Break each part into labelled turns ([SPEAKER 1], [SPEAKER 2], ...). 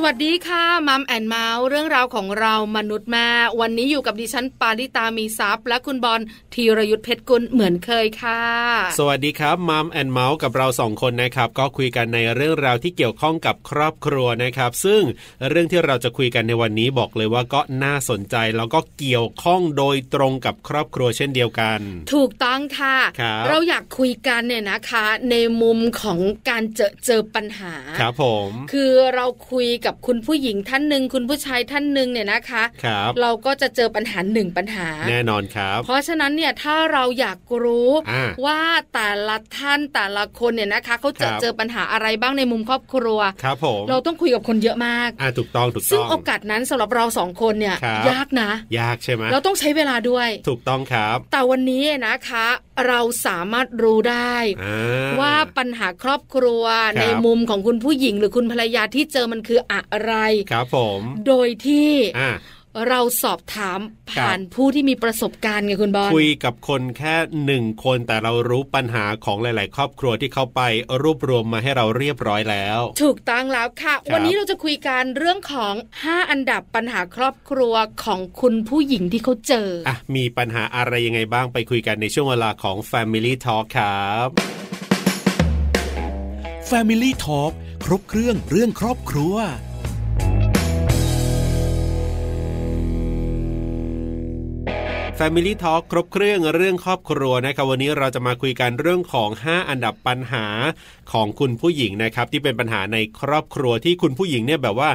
[SPEAKER 1] สวัสดีค่ะมัมแอนเมาส์เรื่องราวของเรามนุษย์แม่วันนี้อยู่กับดิฉันปาริตามีซัพย์และคุณบอลธีรยุทธเพชรกุลเหมือนเคยค่ะ
[SPEAKER 2] สวัสดีครับมัมแอนเมาส์กับเราสองคนนะครับ ก็คุยกันในเรื่องราวที่เกี่ยวข้องกับครอบครัวนะครับ ซึ่งเรื่องที่เราจะคุยกันในวันนี้บอกเลยว่าก็น่าสนใจแล้วก็เกี่ยวข้องโดยตรงกับครอบครัวเช่นเดียวกัน
[SPEAKER 1] ถูกต้องค่ะ
[SPEAKER 2] ครับ
[SPEAKER 1] เราอยากคุยกันเนี่ยนะคะ ในมุมของการเจอเจอปัญหา
[SPEAKER 2] ครับผม
[SPEAKER 1] คือเราคุยกับคุณผู้หญิงท่านหนึ่งคุณผู้ชายท่านหนึ่งเนี่ยนะคะ
[SPEAKER 2] ครับ
[SPEAKER 1] เราก็จะเจอปัญหาหนึ่งปัญหา
[SPEAKER 2] แน่นอนครับ
[SPEAKER 1] เพราะฉะนั้นเนี่ยถ้าเราอยากรู้
[SPEAKER 2] อ่า
[SPEAKER 1] ว่าแต่ละท่านแต่ละคนเนี่ยนะคะเขาจะ
[SPEAKER 2] ครับ
[SPEAKER 1] เจอปัญหาอะไรบ้างในมุมครอบครัว
[SPEAKER 2] ครับผม
[SPEAKER 1] เราต้องคุยกับคนเยอะมาก
[SPEAKER 2] อ่าถูกต้องถูก
[SPEAKER 1] ซึ่ง
[SPEAKER 2] ต้อง
[SPEAKER 1] โอกาสนั้นสำหรับเราสองคนเนี่ย
[SPEAKER 2] ครับ
[SPEAKER 1] ยากนะ
[SPEAKER 2] ยากใช่ไหม
[SPEAKER 1] เราต้องใช้เวลาด้วย
[SPEAKER 2] ถูกต้องครับ
[SPEAKER 1] แต่วันนี้นะคะ เราสามารถรู้ได้
[SPEAKER 2] อ่า
[SPEAKER 1] ว่าปัญหาครอบครัวในมุมของคุณผู้หญิง หรือคุณภรรยาที่เจอมันคืออะไร
[SPEAKER 2] ครับผม
[SPEAKER 1] โดยที่
[SPEAKER 2] อ่า
[SPEAKER 1] เราสอบถามผ่าน
[SPEAKER 2] ครับ
[SPEAKER 1] ผู้ที่มีประสบการณ์ไงคุณบอล
[SPEAKER 2] คุยกับคนแค่หนึ่งคนแต่เรารู้ปัญหาของหลาย ๆ ครอบครัวที่เขาไปรวบรวมมาให้เราเรียบร้อยแล้ว
[SPEAKER 1] ถูกต้องแล้วค่ะ
[SPEAKER 2] ครับ
[SPEAKER 1] วันนี้เราจะคุยกันเรื่องของ 5 อันดับปัญหาครอบครัวของคุณผู้หญิงที่เขาเจออ
[SPEAKER 2] อ่ะมีปัญหาอะไรยังไงบ้างไปคุยกันในช่วงเวลาของ Family Talk ครับ
[SPEAKER 3] Family Talk ครบเครื่องเรื่องครอบครัว
[SPEAKER 2] Family Talk ครบเครื่องเรื่องครอบครัวนะครับวันนี้เราจะมาคุยกันเรื่องของ 5 อันดับปัญหาของคุณผู้หญิงนะครับที่เป็นปัญหาในครอบครัวที่คุณผู้หญิงเนี่ยแบบว่า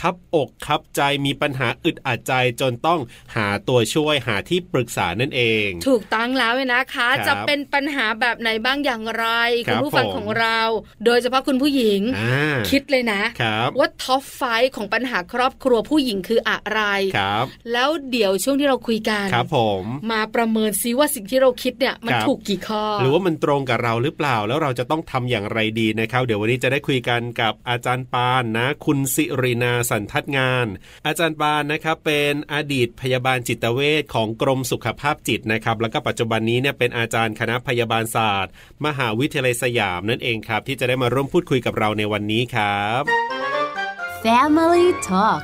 [SPEAKER 2] คับอกคับใจมีปัญหาอึดอัดใจจนต้องหาตัวช่วยหาที่ปรึกษานั่นเอง
[SPEAKER 1] ถูกต้องแล้วเนี่ยนะคะ
[SPEAKER 2] ครับ
[SPEAKER 1] จะเป็นปัญหาแบบไหนบ้างอย่างไรคุ
[SPEAKER 2] ครั
[SPEAKER 1] ณ
[SPEAKER 2] บ
[SPEAKER 1] ผู้ฟัง
[SPEAKER 2] ผม
[SPEAKER 1] ของเรา โดยเฉพาะคุณผู้หญิง
[SPEAKER 2] อ่า
[SPEAKER 1] คิดเลยนะ
[SPEAKER 2] ครับ
[SPEAKER 1] ว่าท็อปไฟของปัญหาครอบครัวผู้หญิงคืออะไร
[SPEAKER 2] ครับ
[SPEAKER 1] แล้วเดี๋ยวช่วงที่เราคุยกัน
[SPEAKER 2] ครับผม
[SPEAKER 1] มาประเมินซิว่าสิ่งที่เราคิดเนี่ยมัน
[SPEAKER 2] ครับ
[SPEAKER 1] ถูกกี่ข้อ
[SPEAKER 2] หรือว่ามันตรงกับเราหรือเปล่าแล้วเราจะต้องทำอย่างไรดีนะครับ เดี๋ยววันนี้จะได้คุยกันกับอาจารย์ปานนะ คุณสิรินาสันทัดงาน อาจารย์ปานนะครับเป็นอดีตพยาบาลจิตเวชของกรมสุขภาพจิตนะครับ แล้วก็ปัจจุบันนี้เนี่ยเป็นอาจารย์คณะพยาบาลศาสตร์ มหาวิทยาลัยสยามนั่นเองครับ ที่จะได้มาร่วมพูดคุยกับเราในวันนี้ครับ
[SPEAKER 4] Family Talk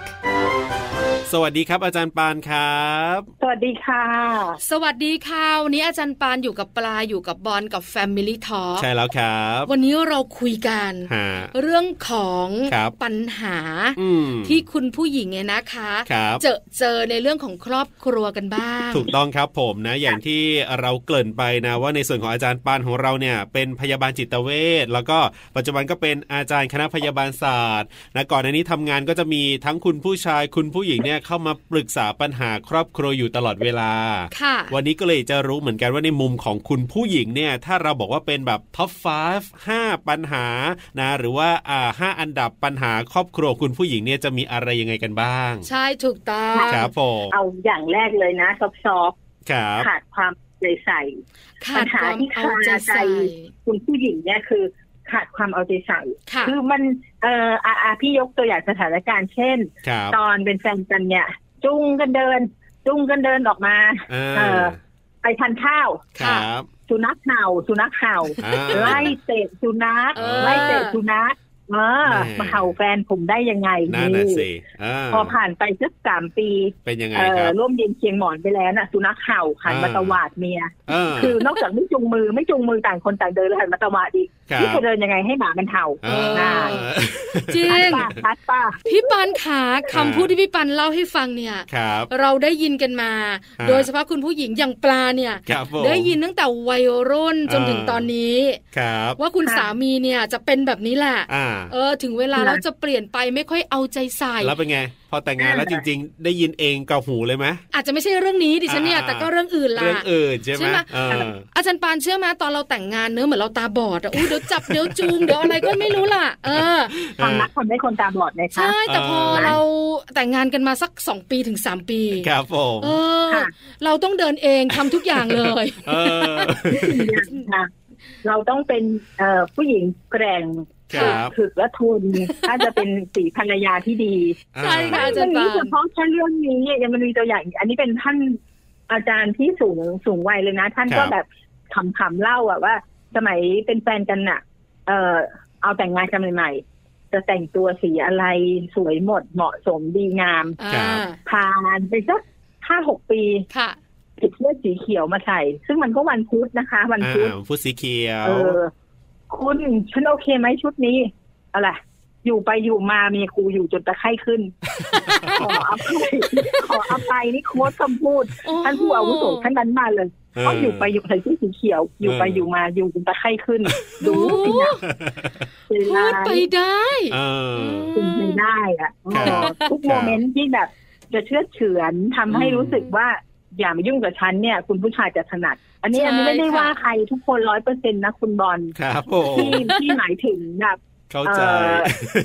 [SPEAKER 2] สวัสดีครับ อาจารย์ปานครับ
[SPEAKER 5] สวัสดีค่ะ
[SPEAKER 1] สวัสดีค่ะวันนี้อาจารย์ปานอยู่กับปลาอยู่กับบอลกับ Family Talk
[SPEAKER 2] ใช่แล้วครับ
[SPEAKER 1] วันนี้เราคุยกัน
[SPEAKER 2] ฮะ
[SPEAKER 1] เรื่องของ
[SPEAKER 2] ครับ
[SPEAKER 1] ปัญหา
[SPEAKER 2] อืม
[SPEAKER 1] ที่คุณผู้หญิงเนี่ยนะคะ
[SPEAKER 2] ครับ
[SPEAKER 1] เจอเจอในเรื่องของครอบครัวกันบ้าง
[SPEAKER 2] ถูกต้องครับผมนะอย่างที่เราเกริ่นไปนะว่าในส่วนของอาจารย์ปานของเราเนี่ยเป็นพยาบาลจิตเวชแล้วก็ปัจจุบันก็เป็นอาจารย์คณะพยาบาลศาสตร์นะก่อนหน้านี้ทำงานก็จะมีทั้งคุณผู้ชายคุณผู้หญิงเนี่ยเข้ามาปรึกษาปัญหาครอบครัวอยู่ตลอดเวลา
[SPEAKER 1] ค่ะ
[SPEAKER 2] วันนี้ก็เลยจะรู้เหมือนกันว่าในมุมของคุณผู้หญิงเนี่ยถ้าเราบอกว่าเป็นแบบท็อป 5 5 ปัญหานะหรือว่าอ่า5อันดับปัญหาครอบครัวคุณผู้หญิงเนี่ยจะมีอะไรยังไงกันบ้าง
[SPEAKER 1] ใช่ถูกต้อง
[SPEAKER 2] ครับผม
[SPEAKER 5] เอาอย่างแรกเลยนะซอฟต์
[SPEAKER 2] ครับ
[SPEAKER 5] ๆขาดความใส่ใส่
[SPEAKER 1] ขาด
[SPEAKER 5] ปัญหา
[SPEAKER 1] ความ
[SPEAKER 5] ที่
[SPEAKER 1] เอาใจ
[SPEAKER 5] คาใจ
[SPEAKER 1] ใส่
[SPEAKER 5] คุณผู้หญิงเนี่ยคือขาดความเอาใจใส่
[SPEAKER 1] ค่ะ
[SPEAKER 5] คือมันเอ่ออาอาพี่ยกตัวอย่างสถานการณ์เช่น
[SPEAKER 2] ครับ
[SPEAKER 5] ตอนเป็นแฟนกันเนี่ย จุ้งกันเดิน จุ้งกันเดินออกมา
[SPEAKER 2] อ่า
[SPEAKER 5] เอ่อ ไปทานข้าว
[SPEAKER 2] ครับ
[SPEAKER 5] สุนัขเห่าสุนัขเห่า
[SPEAKER 2] อ่า
[SPEAKER 5] ไล่เตะสุนัข
[SPEAKER 1] เออ
[SPEAKER 5] ไล่เตะสุนัขเออ
[SPEAKER 2] แหม่
[SPEAKER 5] มาเห่าแฟนผมได้ยังไง
[SPEAKER 2] นั่นน่ะสิา
[SPEAKER 5] พอผ่านไปสักสามปี
[SPEAKER 2] เป็นยังไง
[SPEAKER 5] เอ่
[SPEAKER 2] ค
[SPEAKER 5] อ
[SPEAKER 2] รับ
[SPEAKER 5] ร่วมเย็นเคียงหมอนไปแล้วนะสุนัขเห่าหันมา
[SPEAKER 2] อ่า
[SPEAKER 5] ตวาดเมีย
[SPEAKER 2] เออ
[SPEAKER 5] คือนอกจากไม่จูงมือไม่จูงมือต่างคนต่างเดินแล้วหันมาตวาดอีก
[SPEAKER 2] ครับ
[SPEAKER 5] นี่จะเดินยังไงให้หมามันเห่า
[SPEAKER 2] เอ
[SPEAKER 1] หน้า
[SPEAKER 2] อ
[SPEAKER 1] จริง
[SPEAKER 5] ป้าชัดป้า
[SPEAKER 1] พี่ปันขา
[SPEAKER 2] อ่า
[SPEAKER 1] คำพูดที่พี่ปันเล่าให้ฟังเนี่ย
[SPEAKER 2] ครับ
[SPEAKER 1] เราได้ยินกันมา
[SPEAKER 2] อ่า
[SPEAKER 1] โดยเฉพาะคุณผู้หญิงอย่างปลาเนี่ย
[SPEAKER 2] ครับผม
[SPEAKER 1] ได้ยินตั้งแต่วัยรุ่นจน
[SPEAKER 2] อ่า
[SPEAKER 1] ถึงตอนนี้
[SPEAKER 2] ครับ
[SPEAKER 1] ว่าคุณสามีเนี่ยจะเป็นแบบนี้แหละ
[SPEAKER 2] อ่า
[SPEAKER 1] เออถึงเวลาแล้วจะเปลี่ยนไปไม่ค่อยเอาใจใส่
[SPEAKER 2] แล้วเป็นไง พอแต่งงานแล้วจริง ๆ ได้ยินเองกับหูเลยไหม
[SPEAKER 1] อาจจะไม่ใช่เรื่องนี้ดิฉันเนี่ย
[SPEAKER 2] อ่า
[SPEAKER 1] แต่ก็เรื่องอื่นละ
[SPEAKER 2] เรื่องอื่นใช่ไหม
[SPEAKER 1] ใช่ไหม
[SPEAKER 2] เออ
[SPEAKER 1] อาจารย์ปานเชื่อไหมาตอนเราแต่งงานเนื้อะเหมือนเราตาบอด อะอู้เดี๋ยวจับ เดี๋ยวจูงเดี๋ยวอะไรก็ไม่รู้ล่ะ เออ
[SPEAKER 5] ความรักทำให้คนตาบอดเลยคะ
[SPEAKER 1] ใช่แต่พอ
[SPEAKER 2] เออ
[SPEAKER 1] เราแต่งงานกันมาสักสองปีถึงสามปี
[SPEAKER 2] ครับผม
[SPEAKER 1] เออ
[SPEAKER 5] ค่ะ
[SPEAKER 1] เราต้องเดินเอง ทำทุกอย่างเลย
[SPEAKER 2] เออ
[SPEAKER 5] ค่ะเราต้องเป็นเอ่อผู้หญิงแกร่ง
[SPEAKER 2] ครับ
[SPEAKER 5] ถึกและทนถ้าจะเป็นสีภรรยาที่ดี
[SPEAKER 1] ใช่ค่ะ อาจา
[SPEAKER 5] มั
[SPEAKER 1] รย์
[SPEAKER 5] นมี
[SPEAKER 1] ปาน
[SPEAKER 5] เฉพาะแค่เรื่องนี้ยังมันมีตัวอย่างอีกอันนี้เป็นท่านอาจารย์ที่สูงสูงวัยเลยนะ ท่าน
[SPEAKER 2] ครั
[SPEAKER 5] ก็
[SPEAKER 2] บ
[SPEAKER 5] แบบ ขำๆเล่าอะว่า สมัยเป็นแฟนกันน่ะ เออเอาแต่งงานกันใหม่ๆจะแต่งตัวสีอะไรสวยหมดเหมาะสมดีงาม
[SPEAKER 1] อ่า
[SPEAKER 2] ครับ
[SPEAKER 5] ผ่านไปสักห้าหกปี
[SPEAKER 1] ค่ะ
[SPEAKER 5] ติดเสื้อสีเขียวมาใส่ ซึ่งมันก็วันพุธนะคะ วัน
[SPEAKER 2] อ่า
[SPEAKER 5] พุธ
[SPEAKER 2] ฟุตสีเขียว
[SPEAKER 5] เออ คุณฉันโอเคไหมชุดนี้เอาล่ะไรอยู่ไปอยู่มาเมียครูอยู่จนตะไข้ขึ้น ขออภัยขออภัยนี่โค้ดคำพูด
[SPEAKER 1] โอ้โห
[SPEAKER 5] ท่านผู้อาวุโสท่านนั้นมาเลย
[SPEAKER 2] เออ
[SPEAKER 5] ก็อยู่ไปอยู่ใส่ชุดสีเขียว อยู่ไป
[SPEAKER 2] เออ
[SPEAKER 5] อ
[SPEAKER 2] อ
[SPEAKER 5] ยู่มาอยู่จนตะไข้ขึ้น
[SPEAKER 1] โอ้
[SPEAKER 5] ดู
[SPEAKER 1] โห
[SPEAKER 5] สิ
[SPEAKER 1] พู
[SPEAKER 5] นะเวลา
[SPEAKER 1] ดไปได้
[SPEAKER 2] เออ
[SPEAKER 5] ถึงไม่ได้อะ
[SPEAKER 2] ครับ
[SPEAKER 5] เออทุกโมเมนต์ที่แบบ จะเชื่อเฉือนทำให้รู้สึกว่าอย่ามายุ่งกับฉันเนี่ย คุณผู้ชายจะถนัด อันนี้อันนี้ไม่ได้ว่าใครทุกคนร้อยเปอร์เซ็นต์นะคุณบอล
[SPEAKER 2] ครับผม
[SPEAKER 5] ที่ที่หมายถึงแบบ
[SPEAKER 2] เข้า
[SPEAKER 5] เอ่
[SPEAKER 2] ใจ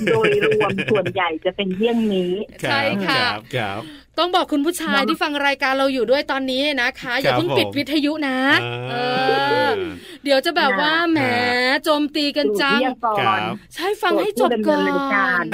[SPEAKER 5] อโดยรวมส่วนใหญ่จะเป็นเยี่ยงนี้
[SPEAKER 2] รับ
[SPEAKER 1] ใช่ค่ะ
[SPEAKER 2] รับครับ
[SPEAKER 1] ต้องบอกคุณผู้ชาย
[SPEAKER 5] เนอะ
[SPEAKER 1] ที่ฟังรายการเราอยู่ด้วยตอนนี้นะคะ อย่าเพิ่ง
[SPEAKER 2] ผม
[SPEAKER 1] ปิดวิทยุนะเอ
[SPEAKER 2] อ่า
[SPEAKER 1] อเดี๋ยวจะแบบว่าแหมโจมตีกันจัง
[SPEAKER 5] เรียกก่อ
[SPEAKER 2] ครั
[SPEAKER 5] น
[SPEAKER 2] บ
[SPEAKER 1] ใช่ฟังให้จบก่อน
[SPEAKER 5] ผู้ดำเนินรายการ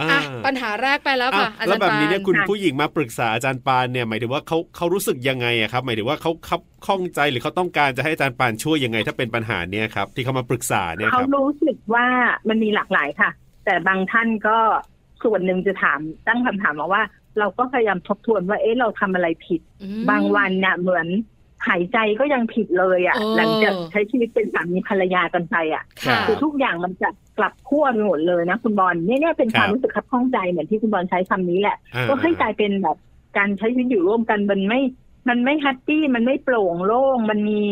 [SPEAKER 2] อ่า
[SPEAKER 1] อ่ะปัญหาแรกไปแล้วค่ะ
[SPEAKER 2] อ่ะ
[SPEAKER 1] อา
[SPEAKER 2] แล้
[SPEAKER 1] จาว รย์
[SPEAKER 2] แบบ
[SPEAKER 1] ปา
[SPEAKER 2] นี้เนี่ยคุ
[SPEAKER 1] น
[SPEAKER 2] ณผู้หญิงมาปรึกษาอาจารย์ปานเนี่ยหมายถึงว่าเขาเขารู้สึกยังไงอะครับหมายถึงว่าเขาคับข้องใจหรือเขาต้องการจะให้อาจารย์ปานช่วยยังไง ถ้าเป็นปัญหาเนี่ยครับที่เขามาปรึกษาเนี่ยค
[SPEAKER 5] เขา
[SPEAKER 2] รับ
[SPEAKER 5] รู้สึกว่ามันมีหลากหลายค่ะ แต่บางท่านก็ส่วนหนึ่งจะถามตั้งคำถามมาว่า เราก็พยายามทบทวนว่าเอ๊ะเราทำอะไรผิด
[SPEAKER 1] อืม
[SPEAKER 5] บางวันเนี่ยเหมือนหายใจก็ยังผิดเลยอะ่ะ
[SPEAKER 1] โอ้
[SPEAKER 5] หลังจากใช้ชีวิตเป็นสามีภรรยากันไปอ่ะ
[SPEAKER 1] ค่ะ
[SPEAKER 2] รับ
[SPEAKER 5] คือทุกอย่างมันจะกลับขั้วไปหมดเลยนะคุณบอลเนี่ยเนี่ยเป็นควา
[SPEAKER 2] ค
[SPEAKER 5] ม
[SPEAKER 2] รับ
[SPEAKER 5] รู้สึกคับข้องใจเหมือนที่คุณบอลใช้คำนี้แหละ
[SPEAKER 2] อ่า
[SPEAKER 5] ก็ให้กลายเป็นแบบการใช้ชีวิตอยู่ร่วมกันมันไม่ มันไม่แฮปปี้ มันไม่โปร่งโล่ง มันมี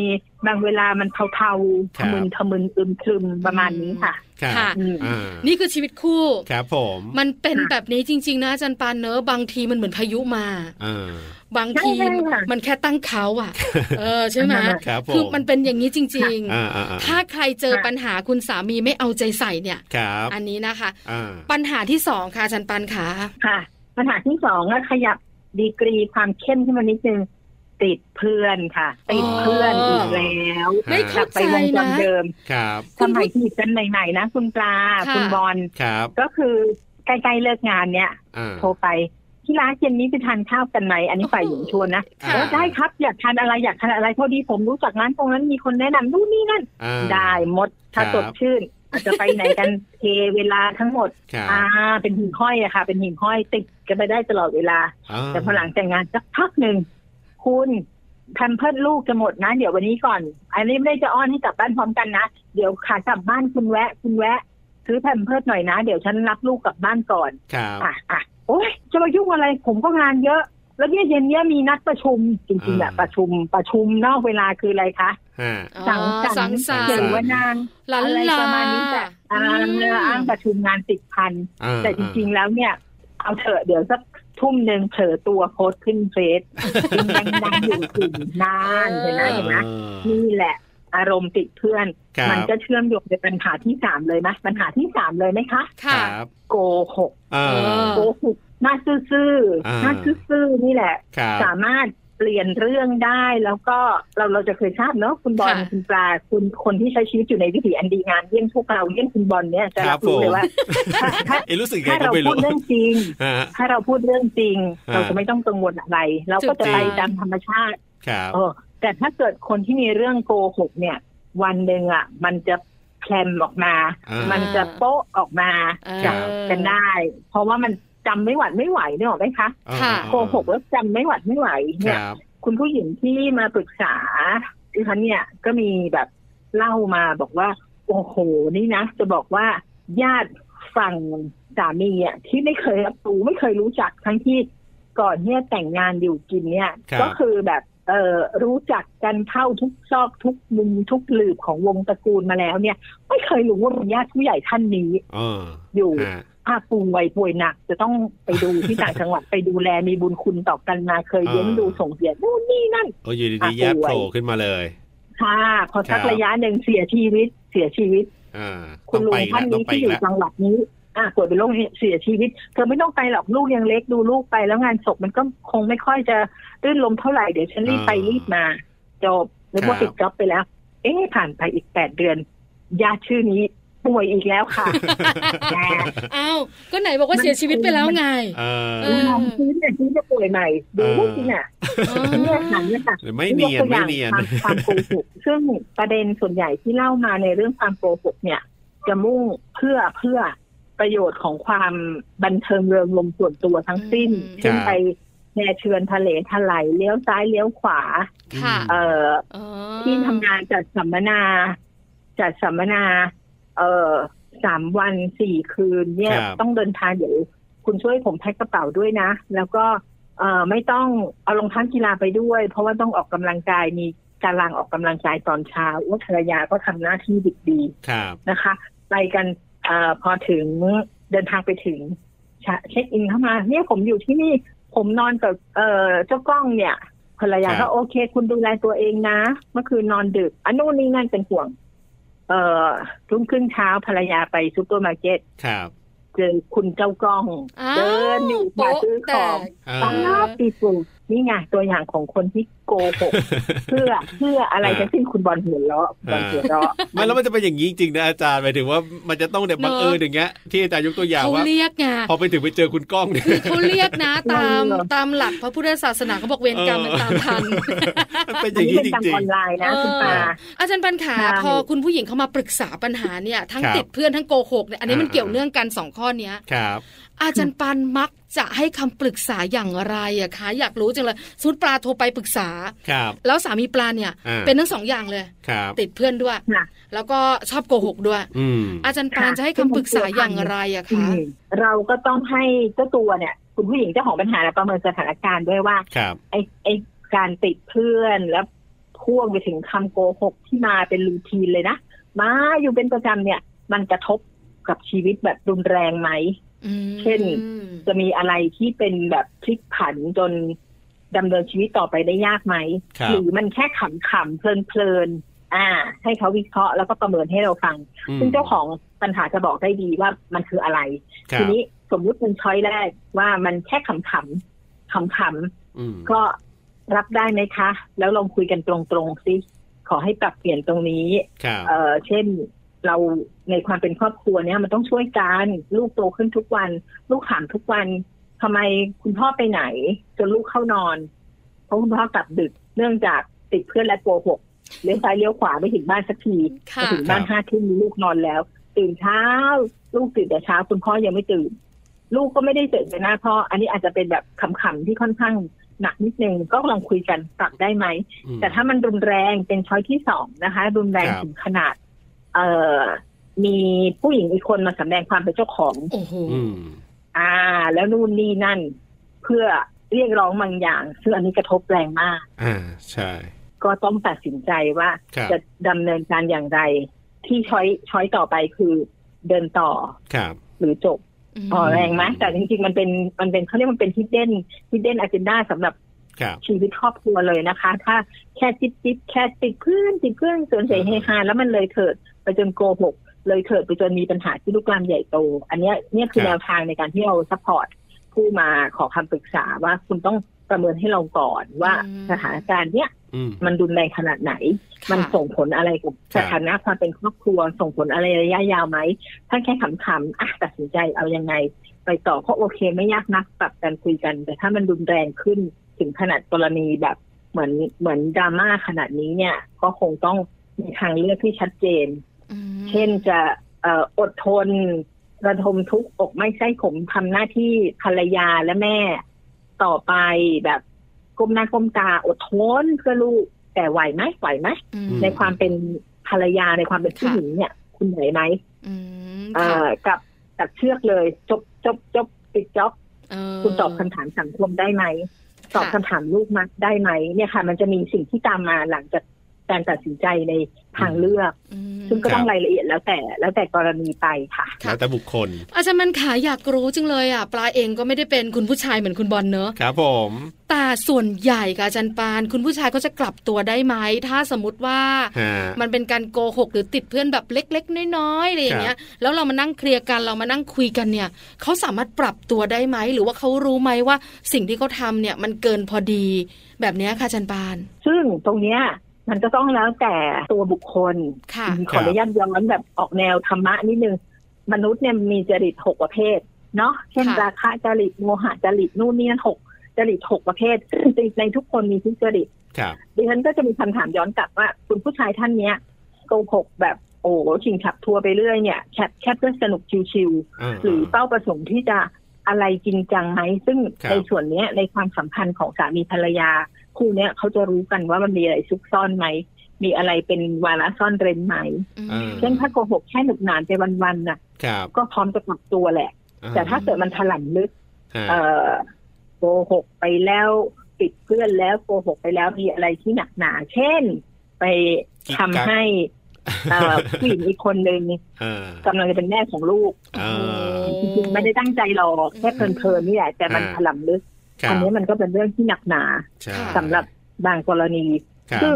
[SPEAKER 5] บางเวลามันเทาๆทะมึนทะมึนอึมครึมประมาณนี้ค่ะ
[SPEAKER 2] ครับ
[SPEAKER 1] ค่ะ
[SPEAKER 5] อืม
[SPEAKER 2] อ่า
[SPEAKER 1] นี่คือชีวิตคู่
[SPEAKER 2] ครับผม
[SPEAKER 1] มันเป็น
[SPEAKER 5] ค่ะ
[SPEAKER 1] แบบนี้จริง ๆ นะอาจารย์ปานเนอะบางทีมันเหมือนพายุมา
[SPEAKER 2] อ่า
[SPEAKER 1] บางที
[SPEAKER 5] ใช่ค่ะ
[SPEAKER 1] มันแค่ตั้งเขา อะเออใช่ไหม
[SPEAKER 2] ครับผม
[SPEAKER 1] คือมันเป็นอย่างนี้จริง
[SPEAKER 2] อ่าอ่าอ่า
[SPEAKER 1] ๆ ถ้าใครเจอปัญหาคุณสามีไม่เอาใจใส่เนี่ย
[SPEAKER 2] ครับ
[SPEAKER 1] อันนี้นะคะ
[SPEAKER 2] อ่า
[SPEAKER 1] ปัญหาที่สองค่ะอาจารย์ปานค่ะ
[SPEAKER 5] ค่ะ ปัญหาที่สองก็ขยับดีกรีความเข้มขึ้นมานิดนึงติดเพื่อนค่ะ ติดเพื่อนอีกแล้ว
[SPEAKER 1] ไม่
[SPEAKER 5] กลั
[SPEAKER 1] เข้า
[SPEAKER 5] บไป
[SPEAKER 1] ใจ
[SPEAKER 5] วงจร
[SPEAKER 1] นะ
[SPEAKER 5] เดิม
[SPEAKER 2] ครับ
[SPEAKER 5] สมัยที่อยู่กันใหม่ๆนะคุณปลา
[SPEAKER 1] ค่ะ
[SPEAKER 5] คุณบอล
[SPEAKER 2] ครับ
[SPEAKER 5] ก็คือใกล้ๆเลิกงานเนี่ย
[SPEAKER 2] อ่า
[SPEAKER 5] โทรไปที่ร้านเย็นนี้ไปทานข้าวกันไหมอันนี้ฝ่ายหญิงชวนนะ
[SPEAKER 2] ค่ะ
[SPEAKER 5] เออได้ครับอยากทานอะไรอยากทานอะไรพอดีผมรู้จักร้านตรงนั้นมีคนแนะนำนู่นนี่นั่น
[SPEAKER 2] อ่า
[SPEAKER 5] ได้หมดถ้า
[SPEAKER 2] ครับ
[SPEAKER 5] สดชื่นอาจจะไปไหนกัน เทเวลาทั้งหมด
[SPEAKER 2] ครับ
[SPEAKER 5] อ่า เป็นหิ่งห้อยอะค่ะ เป็นหิ่งห้อยติดกันไปได้ตลอดเวลา
[SPEAKER 2] า
[SPEAKER 5] แต่พอหลังแต่งงานสักพักหนึ่งคุณแพมเพิร์ดลูกจะหมดนะ เดี๋ยววันนี้ก่อน อันนี้ไม่ได้จะอ้อนให้กลับบ้านพร้อมกันนะ เดี๋ยวขากลับบ้านคุณแวะ คุณแวะซื้อแพมเพิร์ดหน่อยนะ เดี๋ยวฉันรับลูกกลับบ้านก่อน
[SPEAKER 2] ครับ
[SPEAKER 5] อ่ะอ่ะโอ๊ยจะมายุ่งอะไรผมก็งานเยอะ แล้วเนี่ยเย็นเนี้ยมีนัดประชุมจริงๆอะประชุมประชุมนอกเวลาคืออะไรคะ
[SPEAKER 2] ฮะ
[SPEAKER 1] อ๋อ
[SPEAKER 5] สั
[SPEAKER 1] สั
[SPEAKER 5] งสรรง ค์
[SPEAKER 1] สร
[SPEAKER 5] เส
[SPEAKER 1] รค์
[SPEAKER 5] วนา
[SPEAKER 1] หลาน
[SPEAKER 5] อะไร
[SPEAKER 1] หลา
[SPEAKER 5] ประมาณนี้แต่อ่าอ้างประชุมงานติดพัน
[SPEAKER 2] อ่า
[SPEAKER 5] แต่จริงๆแล้วเนี่ย เอาเถอะเดี๋ยวสักทุ่มหนึ่งเผลอตัวโพสต์ขึ้นเฟซดังดังๆอยู่กลุ่มนานเห็นไหม
[SPEAKER 2] อ่า
[SPEAKER 5] เห็นไหม
[SPEAKER 2] อ่า
[SPEAKER 5] นี่แหละ อารมณ์ติดเพื่อน
[SPEAKER 2] ครับ
[SPEAKER 5] มันก็เชื่อมโยงไปปัญหาที่สามเลยไหมปัญหาที่สามเลยไหมคะ
[SPEAKER 2] ค
[SPEAKER 1] ค่ะ
[SPEAKER 2] รับ
[SPEAKER 5] โกหก
[SPEAKER 2] เออ
[SPEAKER 1] เ
[SPEAKER 5] โกหกหน้าซื่อ
[SPEAKER 2] อ่า
[SPEAKER 5] ๆหน้าซื่อๆนี่แหละ
[SPEAKER 2] ครับ
[SPEAKER 5] สามารถเปลี่ยนเรื่องได้แล้วก็เราเราจะเคยทราบเนาะคุณบอล
[SPEAKER 1] ค่ะ
[SPEAKER 5] คุณปลาคุณคนที่ใช้ชีวิตอยู่ในวิถีอันดีงามเยี่ยงพวกเราเยี่ยงคุณบอลเนี่ยจะ
[SPEAKER 2] ครั
[SPEAKER 5] รั
[SPEAKER 2] บบ
[SPEAKER 5] รู้
[SPEAKER 2] ผ
[SPEAKER 5] เล
[SPEAKER 2] ม
[SPEAKER 5] ยว่าถ้าถ้า
[SPEAKER 2] เอะรู้สึก ยังไง
[SPEAKER 5] ถ้า
[SPEAKER 2] ก็
[SPEAKER 5] เรา
[SPEAKER 2] ไม่
[SPEAKER 5] พู
[SPEAKER 2] รู้
[SPEAKER 5] ดเรื่องจริง
[SPEAKER 2] ฮะ
[SPEAKER 5] ถ้าเราพูดเรื่องจริง
[SPEAKER 2] อ่า
[SPEAKER 5] เราจะไม่ต้องกังวลอะไร เราก็จะไปตามธรรมชาติ
[SPEAKER 2] ครับ
[SPEAKER 5] เออแต่ถ้าเกิดคนที่มีเรื่องโกหกเนี่ย วันหนึ่งอ่ะ มันจะแคลมออกมา
[SPEAKER 2] อ่ามั
[SPEAKER 5] มันจะโป๊ะออกมา
[SPEAKER 1] เออ
[SPEAKER 2] ครับ
[SPEAKER 5] กันได้ เพราะว่ามันจำไม่หวัดไม่ไหวเนี่ยหรอกไหมคะ
[SPEAKER 1] ค่ะ
[SPEAKER 5] โกหกแล้วจำไม่หวัดไม่ไหว
[SPEAKER 2] ค
[SPEAKER 5] เนี่ย
[SPEAKER 2] รับ
[SPEAKER 5] คุณผู้หญิงที่มาปรึกษาดิฉันเนี่ยก็มีแบบเล่ามาบอกว่า โอ้โหนี่นะ จะบอกว่าญาติฝั่งสามีอ่ะที่ไม่เคยรับรู้ไม่เคยรู้จักทั้งที่ก่อนเนี่ยแต่งงานอยู่กินเนี่ย ก็คือแบบเออรู้จักกันเข้าทุกซอกทุกมุมทุกหลืบของวงตระกูลมาแล้วเนี่ย ไม่เคยรู้ว่าเป็นญาติผู้ใหญ่ท่านนี้
[SPEAKER 2] เออ
[SPEAKER 5] อยู่
[SPEAKER 2] ฮะ
[SPEAKER 5] ถ้าป่วยป่วยหนัก จะต้องไปดูที่ต่างจังหวัด ไปดูแลมีบุญคุณต่อกันมาเคย
[SPEAKER 2] อ่า
[SPEAKER 5] เลี้ยงดูส่งเสียนู่นนี่นั่น
[SPEAKER 2] โอ้อยู่ดี
[SPEAKER 5] อ่ะ
[SPEAKER 2] ๆแยก
[SPEAKER 5] ป่
[SPEAKER 2] โผ
[SPEAKER 5] วย
[SPEAKER 2] ล่ขึ้นมาเลย
[SPEAKER 5] ค่ะ พอสักระยะหนึ่งเสียชีวิต เสียชีวิต
[SPEAKER 2] อ่า
[SPEAKER 5] คุ
[SPEAKER 2] ต้
[SPEAKER 5] ณ
[SPEAKER 2] อง
[SPEAKER 5] ลุ
[SPEAKER 2] ไป
[SPEAKER 5] ง
[SPEAKER 2] อีก
[SPEAKER 5] ท่า
[SPEAKER 2] แล้วต้องไปอี
[SPEAKER 5] นนี้ที่อกยู่
[SPEAKER 2] แล้ว
[SPEAKER 5] จังหวัดนี้อ่ะป่วยเป็นโรคนี้เสียชีวิต เธอไม่ต้องไปหรอกลูกยังเล็กดูลูกไปแล้วงานศพมันก็คงไม่ค่อยจะรื่นลมเท่าไหร่เดี๋ยวฉันรีบไปรีบมาจบหรือว่าติดจ็อบไปแล้ว เอ๊ะผ่านไปอีกแปดเดือนญาติชื่อนี้ ป่วยอีกแล้วค่ะ แต่
[SPEAKER 1] อ้าวก็ไหนบอกว่าเสียชีวิตไปแล้วไง
[SPEAKER 2] เออ
[SPEAKER 1] เอ
[SPEAKER 5] ลองซื้อเนี่ยซื้อจะป่วยใหม่ดู
[SPEAKER 2] เออ
[SPEAKER 5] จริงอ่ะ
[SPEAKER 1] อ๋อ
[SPEAKER 5] เนี่ยค่ะเนี่ยค่ะ
[SPEAKER 2] ไม่เนียนไม่เนียน
[SPEAKER 5] กตัวอางความความโกหกซึ่งประเด็นส่วนใหญ่ที่เล่ามาในเรื่องความโกหกเนี่ย จะมุ่งเพื่อเพื่อประโยชน์ของความบันเทิงเริงรมย์ส่วนตัวทั้งสิ้น
[SPEAKER 1] อืม
[SPEAKER 5] เช่
[SPEAKER 2] ค
[SPEAKER 5] น
[SPEAKER 2] รับ
[SPEAKER 5] ไปแนเชือนทะเลทลายเลี้ยวซ้ายเลี้ยวขวา
[SPEAKER 1] ค่ะ
[SPEAKER 5] เอ่อ
[SPEAKER 1] อ๋อ
[SPEAKER 5] ที่ทำงานจัดสัมมนา จัดสัมมนา เอ่อสามวันสี่คืน เนี่
[SPEAKER 2] ค
[SPEAKER 5] ย
[SPEAKER 2] รับ
[SPEAKER 5] ต้องเดินทางเดี๋ยวคุณช่วยผมแพ็คกระเป๋าด้วยนะ แล้วก็เอ่อไม่ต้องเอารองเท้ากีฬาไปด้วย เพราะว่าต้องออกกำลังกายมีการลางออกกำลังกายตอนเช้าว่าภรรยาก็ทำหน้าที่ดีดี
[SPEAKER 2] ครับ
[SPEAKER 5] นะคะ ไปกันเออพอถึงเดินทางไปถึงเชเช็คอินเข้ามา เนี่ยผมอยู่ที่นี่ผมนอนกับเอ่อเจ้ากล้องเนี่ย ภรรยา
[SPEAKER 2] ครั
[SPEAKER 5] ก็
[SPEAKER 2] บ
[SPEAKER 5] โอเค คุณดูแลตัวเองนะเมื่อคืนนอนดึกอันนู่นนี่นั่นเป็นห่วง เอ่อรุ่งขึ้นเช้าภรรยาไปซูเปอร์มาร์เก็ต
[SPEAKER 2] ครับ
[SPEAKER 5] เจอคุณเจ้ากล้อง
[SPEAKER 1] อ้าว
[SPEAKER 5] เดินอยู่มาซื้อ
[SPEAKER 1] โป๊ะแต
[SPEAKER 5] ข
[SPEAKER 1] ก
[SPEAKER 2] เอ
[SPEAKER 5] องตั้ง
[SPEAKER 2] อ
[SPEAKER 5] รอบปีปูนี่ไงตัวอย่างของคนที่โกห ก เพื่อเพื่ออะไร
[SPEAKER 2] อ่า
[SPEAKER 5] จะสิ้นคุณบอลหัวเราะบอลหัวเราะ
[SPEAKER 2] ไม่แล้วมันจะเป็นอย่างนี้จริงๆนะอาจารย์หมายถึงว่ามันจะต้องเนี่ยบังเอิญอย่างเงี้ยที่อาจารย์ยกตัวอย่าง
[SPEAKER 1] เขา
[SPEAKER 2] ว่า
[SPEAKER 1] เรียกไง
[SPEAKER 2] พอไปถึงไปเจอคุณก้องเนี่ย
[SPEAKER 1] คือเขาเรียกนะ ตาม
[SPEAKER 5] เออ
[SPEAKER 1] ตามหลักพระพุทธศาสนาเขาบอกเวรกรรมมันตามทัน
[SPEAKER 2] มันเป็นอ
[SPEAKER 5] อัน
[SPEAKER 2] ย่าง
[SPEAKER 5] นี้
[SPEAKER 2] นี้
[SPEAKER 5] เป็น
[SPEAKER 2] จ
[SPEAKER 5] ก
[SPEAKER 2] ริง
[SPEAKER 5] รรมออนไลน์นะ
[SPEAKER 1] เออ
[SPEAKER 5] คุณตา
[SPEAKER 1] อาจารย์ปัญขา
[SPEAKER 5] ใช่
[SPEAKER 1] พอคุณผู้หญิงเขามาปรึกษาปัญหาเนี่ย ทั้ง
[SPEAKER 2] ครับ
[SPEAKER 1] ติดเพื่อนทั้งโกหกเนี่ยอันนี้มัน
[SPEAKER 2] อ่า
[SPEAKER 1] เกี่ยวเนื่องกันสองข้อเนี้ย
[SPEAKER 2] ๆ ครับ
[SPEAKER 1] อาจารย์ปันมักจะให้คำปรึกษาอย่างไรอะคะอยากรู้จังเลยสมมุดปลาโทรไปปรึกษา
[SPEAKER 2] ครับ
[SPEAKER 1] แล้วสามีปลาเนี่ย
[SPEAKER 2] อ่า
[SPEAKER 1] เป็นทั้งสองอย่างเลย
[SPEAKER 2] ครับ
[SPEAKER 1] ติดเพื่อนด้วย
[SPEAKER 5] ค่ะ
[SPEAKER 1] แล้วก็ชอบโกหกด้วย
[SPEAKER 2] อืม
[SPEAKER 1] อาจารย์ปาน
[SPEAKER 5] ค่ะ
[SPEAKER 1] จะให้คำปรึกษาอย่างไรอะ
[SPEAKER 5] อื
[SPEAKER 1] คะ
[SPEAKER 5] มเราก็ต้องให้เจ้าตัวเนี่ย คุณผู้หญิงเจ้าของปัญหาเนี่ยประเมินสถานการณ์ด้วยว่า
[SPEAKER 2] ครับ
[SPEAKER 5] ไอ้ไอ้การติดเพื่อนแล้วพ่วงไปถึงคำโกหกที่มาเป็นรูทีนเลยนะ มาอยู่เป็นประจำเนี่ย มันกระทบกับชีวิตแบบรุนแรงไหม
[SPEAKER 1] อืม
[SPEAKER 5] เช่น จะมีอะไรที่เป็นแบบพลิกผันจนดำเนินชีวิตต่อไปได้ยากไหม
[SPEAKER 2] ครับ
[SPEAKER 5] หรือมันแค่ขำๆเพลินๆอ่า ให้เขาวิเคราะห์แล้วก็ประเมินให้เราฟัง
[SPEAKER 2] อืม
[SPEAKER 5] ซึ่งเจ้าของปัญหาจะบอกได้ดีว่ามันคืออะไร
[SPEAKER 2] ครับ
[SPEAKER 5] ทีนี้สมมุติเป็นช้อยแรกว่ามันแค่ขำๆขำๆ
[SPEAKER 2] อืม
[SPEAKER 5] ก็รับได้ไหมคะ แล้วลองคุยกันตรงๆสิขอให้ปรับเปลี่ยนตรงนี้
[SPEAKER 2] ครับ
[SPEAKER 5] เออเช่น เราในความเป็นครอบครัวเนี่ยมันต้องช่วยกันลูกโตขึ้นทุกวัน ลูกถามทุกวันทำไมคุณพ่อไปไหน จนลูกเข้านอน เพราะคุณพ่อกลับดึกเนื่องจากติดเพื่อนและโกหกเลี้ยวซ้ายเลี้ยวขวาไม่ถึงบ้านสักที
[SPEAKER 1] ค่ะ
[SPEAKER 5] ถึงบ้านห้าทุ่มลูกนอนแล้ว ตื่นเช้า ลูกตื่นแต่เช้า คุณพ่อยังไม่ตื่น ลูกก็ไม่ได้เจอหน้าพ่ออันนี้อาจจะเป็นแบบขำๆที่ค่อนข้างหนักนิดนึงก็ลองคุยกันปรับได้ไหม
[SPEAKER 2] อืม
[SPEAKER 5] แต่ถ้ามันรุนแรงเป็นช้อยที่สองนะคะ รุนแรง
[SPEAKER 2] ครับ
[SPEAKER 5] ถึงขนาด เอ่อมีผู้หญิงอีกคนมาสำแดงความเป็นเจ้าของ
[SPEAKER 1] โอ้โห
[SPEAKER 2] อืม
[SPEAKER 5] อ่า แล้วนู่นนี่นั่น เพื่อเรียกร้องบางอย่าง ซึ่งอันนี้กระทบแรงมาก
[SPEAKER 2] อ่า ใช่
[SPEAKER 5] ก็ต้องตัดสินใจว่า
[SPEAKER 2] ครับ
[SPEAKER 5] จะดำเนินการอย่างไร ที่ช้อยช้อยต่อไปคือเดินต่อ
[SPEAKER 2] ครับ
[SPEAKER 5] หรือจบ พอ
[SPEAKER 2] ม
[SPEAKER 5] แรงไหมแต่จริงๆ มันเป็นมันเป็นเขาเรียกมันเป็นฮิดเด้นฮิดเด้นอ g เจนดาสำหรับ
[SPEAKER 2] ครับ
[SPEAKER 5] ชีวิตครอบครัวเลยนะคะ ถ้าแค่จิ๊บจิ๊บแค่ติดเพื่อนติดเพื่อนส่วนใหญ่
[SPEAKER 2] อืม
[SPEAKER 5] เฮฮาแล้วมันเลยเถิดไปจนโกหกเลยเถิดไปจนมีปัญหาที่ลุกลามใหญ่โต อันเนี้ยเนี่ยคือแนวทางในการที่เราซัพพอร์ตผู้มาขอคำปรึกษาว่าคุณต้องประเมินให้เราก่อนว่า
[SPEAKER 1] อืม
[SPEAKER 5] สถานการณ์เนี้ย
[SPEAKER 2] อืม
[SPEAKER 5] มันรุนแรงขนาดไหน
[SPEAKER 1] ค่ะ
[SPEAKER 5] มันส่งผลอะไรกับ
[SPEAKER 2] ครั
[SPEAKER 5] ส
[SPEAKER 2] บ
[SPEAKER 5] ถานะความเป็นครอบครัว ส่งผลอะไรระยะยาวไหม ถ้าแค่ขำๆอ่ะตัดสินใจเอายังไง ไปต่อก็โอเคไม่ยากนักปรับกันคุยกัน แต่ถ้ามันรุนแรงขึ้นถึงขนาดกรณีแบบเหมือนเหมือนดราม่าขนาดนี้เนี่ย ก็คงต้องมีทางเลือกที่ชัดเจน
[SPEAKER 1] อืม
[SPEAKER 5] เช่นจะเอ่ออดทน ระทมทุกข์อกไม่ใช่ขมทำหน้าที่ภรรยาและแม่ต่อไปแบบก้มหน้าก้มตาอดทนเพื่อลูกแต่ไหวไหมไหวไหม
[SPEAKER 1] อื
[SPEAKER 2] อื
[SPEAKER 5] ในความเป็นภรรยาในความเป็นผู้หญิงเนี่ย คุณเหนื่อยไหม
[SPEAKER 1] อืม
[SPEAKER 5] เอ่
[SPEAKER 1] ค่ะ
[SPEAKER 5] อกับกับเชือกเลย จบจบจบปิดจ็อบ
[SPEAKER 1] เ
[SPEAKER 5] คุณตอบคำถามสังคมได้ไหมตอบคำถามลูกมาได้ไหมเนี่ยค่ะ มันจะมีสิ่งที่ตามมาหลังจากการตัดสินใจในทางเลือก
[SPEAKER 1] อืม
[SPEAKER 5] ซึ่ง
[SPEAKER 2] ค
[SPEAKER 5] ก็
[SPEAKER 2] รับ
[SPEAKER 5] ต้องรายละเอียดแล้วแต่ แล้วแต่กรณีไปค่ะ
[SPEAKER 2] แล้วแต่บุคคล
[SPEAKER 1] อาจารย์มันขาอยากรู้จังเลยอ่ะปลาเองก็ไม่ได้เป็นคุณผู้ชายเหมือนคุณบอลเนอะ
[SPEAKER 2] ครับผม
[SPEAKER 1] แต่ส่วนใหญ่ค่ะอาจารย์ปานคุณผู้ชายก็จะกลับตัวได้ไหม ถ้าสมมติว่า
[SPEAKER 2] ฮะ
[SPEAKER 1] มันเป็นการโกหกหรือติดเพื่อนแบบเล็ก ๆ น้อยๆอะไรอย่างเงี้ย แล้วเรามานั่งเคลียร์กันเรามานั่งคุยกันเนี่ยเขาสามารถปรับตัวได้ไหม หรือว่าเขารู้ไหมว่าสิ่งที่เขาทำเนี่ยมันเกินพอดีแบบเนี้ยค่ะอาจันปาน
[SPEAKER 5] ซึ่งตรงเนี้ย มันก็ต้องแล้วแต่ตัวบุคคล
[SPEAKER 1] ค่ะ
[SPEAKER 5] ขออนุญาตย้อนแบบออกแนวธรรมะนิดนึง มนุษย์เนี่ยมีจริตหกประเภท เนาะเช่น
[SPEAKER 1] ค่ะ
[SPEAKER 5] ราคะจริตโมหะจริตนู่นนี่นั่นหกจริตหกประเภท ซึ่งในทุกคนมีทุกจริต
[SPEAKER 2] ครับ
[SPEAKER 5] ดิฉันก็จะมีคำถามย้อนกลับว่า คุณผู้ชายท่านเนี้ยโกหกแบบโอ้โหชิงฉับทัวร์ไปเรื่อยเนี่ยแค่แค่เพื่อสนุกชิวๆหรือเป้าประสงค์ที่จะอะไรจริงจังไหมซึ่ง
[SPEAKER 2] ครับ
[SPEAKER 5] ในส่วนเนี้ยในความสัมพันธ์ของสามีภรรยา คู่เนี้ยเขาจะรู้กันว่ามันมีอะไรซุกซ่อนไหม มีอะไรเป็นวาระซ่อนเร้นไหม
[SPEAKER 2] เออ
[SPEAKER 5] เช่นถ้าโกหกแค่หนุกหนานไปวันๆน่ะ
[SPEAKER 2] ครับ
[SPEAKER 5] ก็พร้อมจะปรับตัวแหละ แต่ถ้าเกิดมันถล่ำลึก
[SPEAKER 2] ฮะ
[SPEAKER 5] เอ่อโกหกไปแล้วปิดเพื่อนแล้วโกหกไปแล้วมีอะไรที่หนักหนา เช่น ไปทำให้เอ่อผู้หญิงอีกคนนึง
[SPEAKER 2] เออก
[SPEAKER 5] ำลังจะเป็นแม่ของลูก
[SPEAKER 2] เออ
[SPEAKER 5] จริงๆไม่ได้ตั้งใจหรอกแค่เพลินๆนี่แหละแต่มัน
[SPEAKER 2] อ่า
[SPEAKER 5] ถล่ำลึก
[SPEAKER 2] ครับ
[SPEAKER 5] อันี้มันก็เป็นเรื่องที่หนักหนา
[SPEAKER 2] ใช่
[SPEAKER 5] สำหรับบางกรณี
[SPEAKER 2] ครับ
[SPEAKER 5] ซึ่ง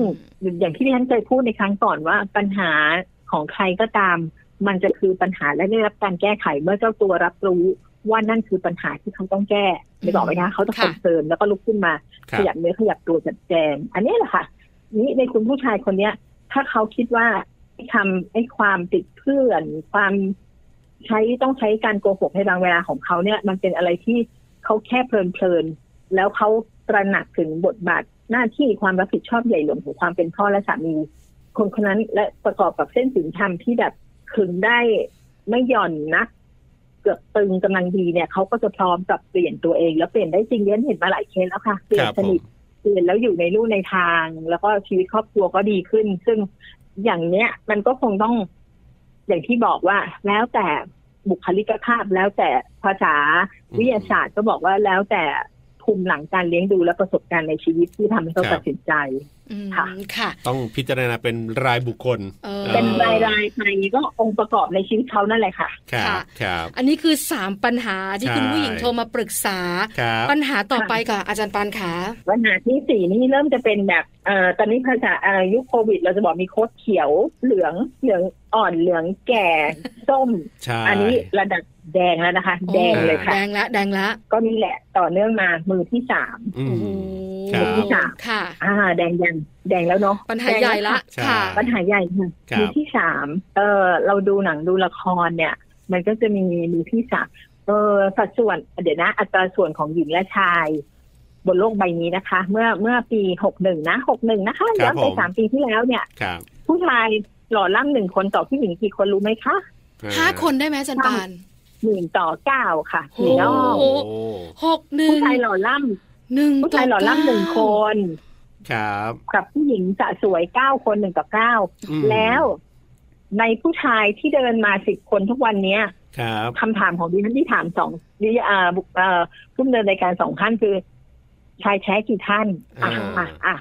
[SPEAKER 5] อย่างที่ที่ฉันเคยพูดในครั้งก่อนว่าปัญหาของใครก็ตาม มันจะคือปัญหาและได้รับการแก้ไขเมื่อเจ้าตัวรับรู้ว่านั่นคือปัญหาที่เขาต้องแก้ไม่บอกไหมคะเขาจะค
[SPEAKER 1] ค่ะ
[SPEAKER 5] อนเซิร์นแล้วก็ลุกขึ้นมา
[SPEAKER 2] ครั
[SPEAKER 5] ข
[SPEAKER 2] บ
[SPEAKER 5] ยับเนื้อขยับตัวจัดแจง อันนี้แหละค่ะ นี่ในคุณผู้ชายคนเนี้ย ถ้าเขาคิดว่าไอ้คำไอ้ความติดเพื่อน ความใช้ต้องใช้การโกหกในบางเวลาของเขาเนี่ย มันเป็นอะไรที่เขาแค่เพลินๆแล้วเขาตระหนักถึงบทบาทหน้าที่ความรับผิดชอบใหญ่หลวงของความเป็นพ่อและสามี คนคนนั้นและประกอบกับเส้นศีลธรรมที่แบบขึงได้ไม่หย่อนนะเกือบตึงกำลังดีเนี่ยเขาก็จะพร้อมกับเปลี่ยนตัวเอง แล้วเปลี่ยนได้จริงเย็นเห็นมาหลายเคสแล้วค่ะเป
[SPEAKER 2] ค
[SPEAKER 5] ลี่ยน
[SPEAKER 2] รับ
[SPEAKER 5] ส
[SPEAKER 2] ผม
[SPEAKER 5] นิท เปลี่ยนแล้วอยู่ในรูในทาง แล้วก็ชีวิตครอบครัวก็ดีขึ้น ซึ่งอย่างเนี้ย มันก็คงต้องอย่างที่บอกว่า แล้วแต่บุคลิกภาพแล้วแต่ภาษาวิทยาศาสตร์ก็บอกว่าแล้วแต่ภูมิหลังการเลี้ยงดูและประสบการณ์ในชีวิตที่ทำให้เขา
[SPEAKER 2] ครับ
[SPEAKER 5] ตัดสินใจ
[SPEAKER 1] อืม
[SPEAKER 5] ค่ะ
[SPEAKER 1] ค่ะ
[SPEAKER 2] ต้องพิจารณาเป็นรายบุคคล
[SPEAKER 1] เออ
[SPEAKER 2] เ
[SPEAKER 5] เป็นรายรายๆไปก็องค์ประกอบในชีวิตเขานั่นแหละค่ะ
[SPEAKER 2] ครับ
[SPEAKER 1] ค่ะ
[SPEAKER 2] ครับ
[SPEAKER 1] อันนี้คือสามปัญหาที่
[SPEAKER 2] ใช่
[SPEAKER 1] คุณผู้หญิงโทรมาปรึกษา
[SPEAKER 2] ครับ
[SPEAKER 1] ปัญหาต่อไปค่ะ อาจารย์ปานขา
[SPEAKER 5] ปัญหาที่สี่นี่เริ่มจะเป็นแบบเอ่อตอนนี้ภาษาเอ่อยุคโควิด เราจะบอกมีโคดเขียวเหลืองเหลืองอ่อนเหลืองแก่ส้ม
[SPEAKER 2] ใช่
[SPEAKER 5] อันนี้ระดับแดงแล้วนะคะ แดงเลยค่ะ
[SPEAKER 1] แดงละแดงละ
[SPEAKER 5] ก็นี่แหละต่อเนื่องมามือที่สาม
[SPEAKER 2] อืม
[SPEAKER 1] โอ้โห
[SPEAKER 2] ครับ
[SPEAKER 1] ค่ะ
[SPEAKER 5] อ่า แดงยังแดงแล้วเนาะ
[SPEAKER 1] ปัญหาใหญ่ละ
[SPEAKER 2] ใช่
[SPEAKER 1] ค่ะ
[SPEAKER 5] ปัญหาใหญ่ค่ะ
[SPEAKER 2] ครับ
[SPEAKER 5] มือที่สามเออเราดูหนังดูละครเนี่ย มันก็จะมีมือที่สามเออสัดส่วนเดี๋ยวนะ อัตราส่วนของหญิงและชาย บนโลกใบนี้นะคะ เมื่อเมื่อปีหกหนึ่งนะหกหนึ่งนะคะย้อนไป
[SPEAKER 2] ผม
[SPEAKER 5] สามปีที่แล้วเนี่ย
[SPEAKER 2] ครับ
[SPEAKER 5] ผู้ชายหล่อล่ำหนึ่งคนต่อผู้หญิงกี่คนรู้ไหมคะ
[SPEAKER 1] ห้าคนได้ไหมอาจารย์ปาน
[SPEAKER 5] หนึ่งต่อเก้าค่ะ
[SPEAKER 1] โอ้
[SPEAKER 5] พี่น้อง
[SPEAKER 2] โอ้
[SPEAKER 1] หกหนึ่ง
[SPEAKER 5] ผู้ชายหล่อล่ำ
[SPEAKER 1] หนึ่ง
[SPEAKER 5] ผู้
[SPEAKER 1] ต่
[SPEAKER 5] ชายหล่อล่ำหนึ่งคน
[SPEAKER 2] ครับ
[SPEAKER 5] กับผู้หญิงสะสวยเก้าคนหนึ่งกับเก้า
[SPEAKER 2] อืม
[SPEAKER 5] แล้วในผู้ชายที่เดินมาสิบคนทุกวันเนี้ย
[SPEAKER 2] ครับ
[SPEAKER 5] คำถามของดิฉันที่ถามสองดิอ่าบุเอ่อผู้ดำเนินรายการสองท่านคือ ชายแท้กี่ท่าน อ่ะอ่ะอ่ะ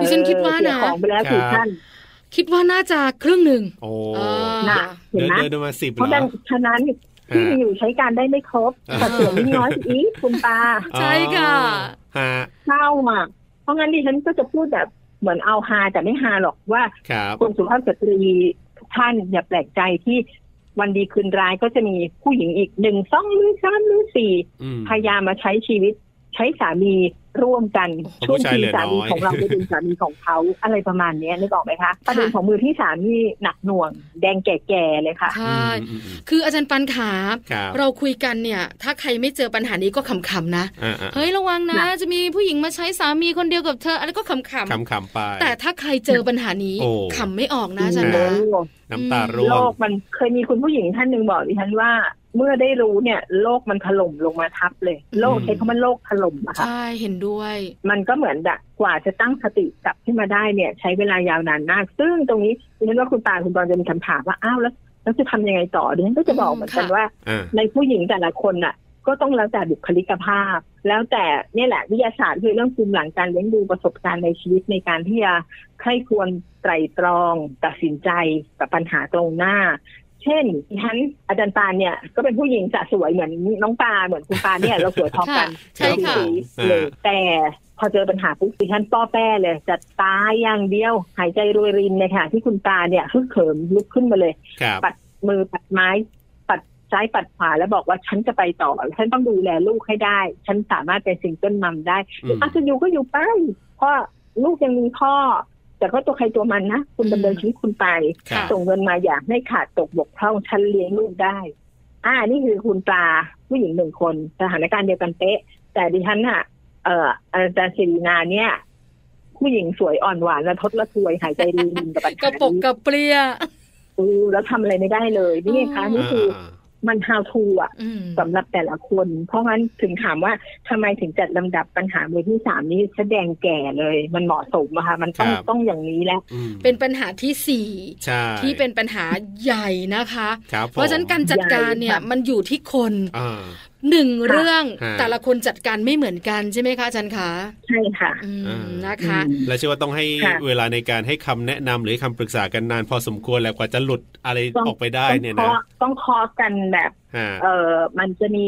[SPEAKER 1] ดิฉันคิดว่า
[SPEAKER 5] เสีย
[SPEAKER 1] นะ
[SPEAKER 5] ของไปแล้วกี่ท่าน
[SPEAKER 1] คิดว่าน่าจะครึ่งหนึ่ง
[SPEAKER 2] โอ้
[SPEAKER 1] เออ
[SPEAKER 5] น่ะ เห็
[SPEAKER 2] เดิ
[SPEAKER 5] น
[SPEAKER 2] น
[SPEAKER 5] ไหม
[SPEAKER 2] เดินเดินมาสิบ
[SPEAKER 5] เพราะ
[SPEAKER 2] แล้ว
[SPEAKER 5] ดังฉะนั้นที่มีอยู่ใช้การได้ไม่ครบ
[SPEAKER 2] อ่า
[SPEAKER 5] สัดส่วนยิ่งน้อยอีกคุณตา
[SPEAKER 1] ใช่ค่ะ
[SPEAKER 2] ฮะ
[SPEAKER 5] เศร้าอ่ะเพราะงั้นดิฉันก็จะพูดแบบเหมือนเอาฮาแต่ไม่ฮาหรอกว่า
[SPEAKER 2] ครับ
[SPEAKER 5] คุณสุภาพสตรีทุกท่านอย่าแปลกใจที่วันดีคืนร้ายก็จะมีผู้หญิงอีกหนึ่งสองหรือสามหรือสี่
[SPEAKER 2] อืม
[SPEAKER 5] พยายามมาใช้ชีวิต ใช้สามีร่วมกัน
[SPEAKER 2] โอ้โห
[SPEAKER 5] ช่วง
[SPEAKER 2] ผู้ชายเห
[SPEAKER 5] ที่
[SPEAKER 2] ลือ
[SPEAKER 5] สามี
[SPEAKER 2] น้อย
[SPEAKER 5] ของเราไปเป็นสามีของเขาอะไรประมาณเนี้ยนึกออกไหมคะประเด็นของมือที่สามนี่หนักหน่วง แดงแก่ๆเลยค่ะ
[SPEAKER 1] ใช
[SPEAKER 2] อื่ มอืมอืม
[SPEAKER 1] คืออาจารย์ปันขา
[SPEAKER 2] ครับ
[SPEAKER 1] เราคุยกันเนี่ย ถ้าใครไม่เจอปัญหานี้ก็ขำๆนะ
[SPEAKER 2] อ่าอ่า
[SPEAKER 1] เฮ้ยระวังนะ
[SPEAKER 5] น่ะ
[SPEAKER 1] จะมีผู้หญิงมาใช้สามีคนเดียวกับเธอ อะไรก็ข
[SPEAKER 2] ขำขำๆไป
[SPEAKER 1] ำๆแต่ถ้าใครเจอปัญหานี้
[SPEAKER 2] โอ้
[SPEAKER 1] ขำไม่ออกนะอาจารย์
[SPEAKER 5] โล
[SPEAKER 1] นะ
[SPEAKER 5] ก
[SPEAKER 2] น้ำตาร่ว
[SPEAKER 5] โล
[SPEAKER 2] ง
[SPEAKER 5] กมันเคยมีคุณผู้หญิงท่านหนึ่งบอกดิฉันว่า เมื่อได้รู้เนี่ย โลกมันถล่มลงมาทับเลย โลกใช้คำว่าโลกถล่มอะค่ะ
[SPEAKER 1] ใช่เห็นด้วย
[SPEAKER 5] มันก็เหมือนแบบกว่าจะตั้งสติกลับขึ้นมาได้เนี่ย ใช้เวลายาวนานมาก ซึ่งตรงนี้ดิฉันว่าคุณตาคุณบอลจะมีคำถามว่าอ้าวแล้วแล้วจะทำยังไงต่อดิฉันก็จะบอกเหมือนกัน
[SPEAKER 1] ค่ะ
[SPEAKER 5] ว่า
[SPEAKER 2] อ่า
[SPEAKER 5] ในผู้หญิงแต่ละคนน่ะ ก็ต้องแล้วแต่บุคลิกภาพ แล้วแต่เนี่ยแหละวิทยาศาสตร์คือเรื่องภูมิหลังการเลี้ยงดูประสบการณ์ในชีวิตในการที่จะใคร่ควรไตรตรองตัดสินใจกับปัญหาตรงหน้า เช่นดิฉันอาจารย์ปานเนี่ยก็เป็นผู้หญิงจะสวยเหมือนน้องปาเหมือนคุณปาเนี่ยเราสวยพอกัน
[SPEAKER 1] ใช่ค่ะ
[SPEAKER 5] สีเลยแต่พอเจอปัญหาปุ๊บดิฉันป้อแป้เลยจะตายอย่างเดียว หายใจรวยรินเลยค่ะ ที่คุณตาเนี่ยฮึกเขิมลุกขึ้นมาเลย
[SPEAKER 2] ครับ
[SPEAKER 5] ปัดมือปัดไม้ ปัดซ้ายปัดขวาแล้วบอกว่าฉันจะไปต่อ ฉันต้องดูแลลูกให้ได้ ฉันสามารถเป็นซิงเกิลมัมได้
[SPEAKER 2] อืม
[SPEAKER 5] อาจจะอยู่ก็อยู่ไปเพราะลูกยังมีพ่อ แต่ก็ตัวใครตัวมันนะ คุณ
[SPEAKER 1] อืม
[SPEAKER 5] ดำเนินชีวิตคุณไป
[SPEAKER 2] ครับ
[SPEAKER 5] ส่งเงินมาอย่าให้ขาดตกบกพร่องฉันเลี้ยงลูกได้ อ่า นี่คือคุณปลาผู้หญิงหนึ่งคนสถานการณ์เดียวกันเป๊ะ แต่ดิฉันน่ะ เอ่ออาจารย์ศิรินาเนี่ย ผู้หญิงสวยอ่อนหวานและทดละทวยหายใจรีรินกับปัญ
[SPEAKER 1] กระ
[SPEAKER 5] หา
[SPEAKER 1] ปกกระเปรี้ย
[SPEAKER 5] อือแล้วทำอะไรไม่ได้เลยนี่ไงคะ
[SPEAKER 1] อ๋อ
[SPEAKER 5] นี่คือมัน how to อ่ะ
[SPEAKER 1] อืม
[SPEAKER 5] สำหรับแต่ละคน เพราะงั้นถึงถามว่าทำไมถึงจัดลำดับปัญหาเบอร์ที่สามนี้แสดงแก่เลย มันเหมาะสมอะค่ะ มันต้อง
[SPEAKER 2] ครับ
[SPEAKER 5] ต้องอย่างนี้แล้ว
[SPEAKER 2] อืม
[SPEAKER 1] เป็นปัญหาที่สี่
[SPEAKER 2] ใช่
[SPEAKER 1] ที่เป็นปัญหาใหญ่นะคะ
[SPEAKER 2] ครับผม
[SPEAKER 1] เพราะฉะนั้นการจัดการเนี่ย
[SPEAKER 5] ใหญ่ค่ะ
[SPEAKER 1] มันอยู่ที่คน
[SPEAKER 2] อ่า
[SPEAKER 1] หนึ่งเรื่อง
[SPEAKER 2] ฮะ
[SPEAKER 1] แต่ละคนจัดการไม่เหมือนกันใช่ไหมคะอาจันคะ
[SPEAKER 5] ใช่ค่ะ
[SPEAKER 1] อืมนะคะ
[SPEAKER 5] อืม
[SPEAKER 2] และเชื่อว่าต้องให้
[SPEAKER 5] ค่ะ
[SPEAKER 2] เวลาในการให้คำแนะนำหรือคำปรึกษากันนานพอสมควรแหละกว่าจะหลุดอะไร
[SPEAKER 5] ต้อง
[SPEAKER 2] ออกไปได้เนี่ย
[SPEAKER 5] ต้อง
[SPEAKER 2] นะ
[SPEAKER 5] เคาะต้องเคอกันแบบ
[SPEAKER 2] ฮะ
[SPEAKER 5] เออมันจะมี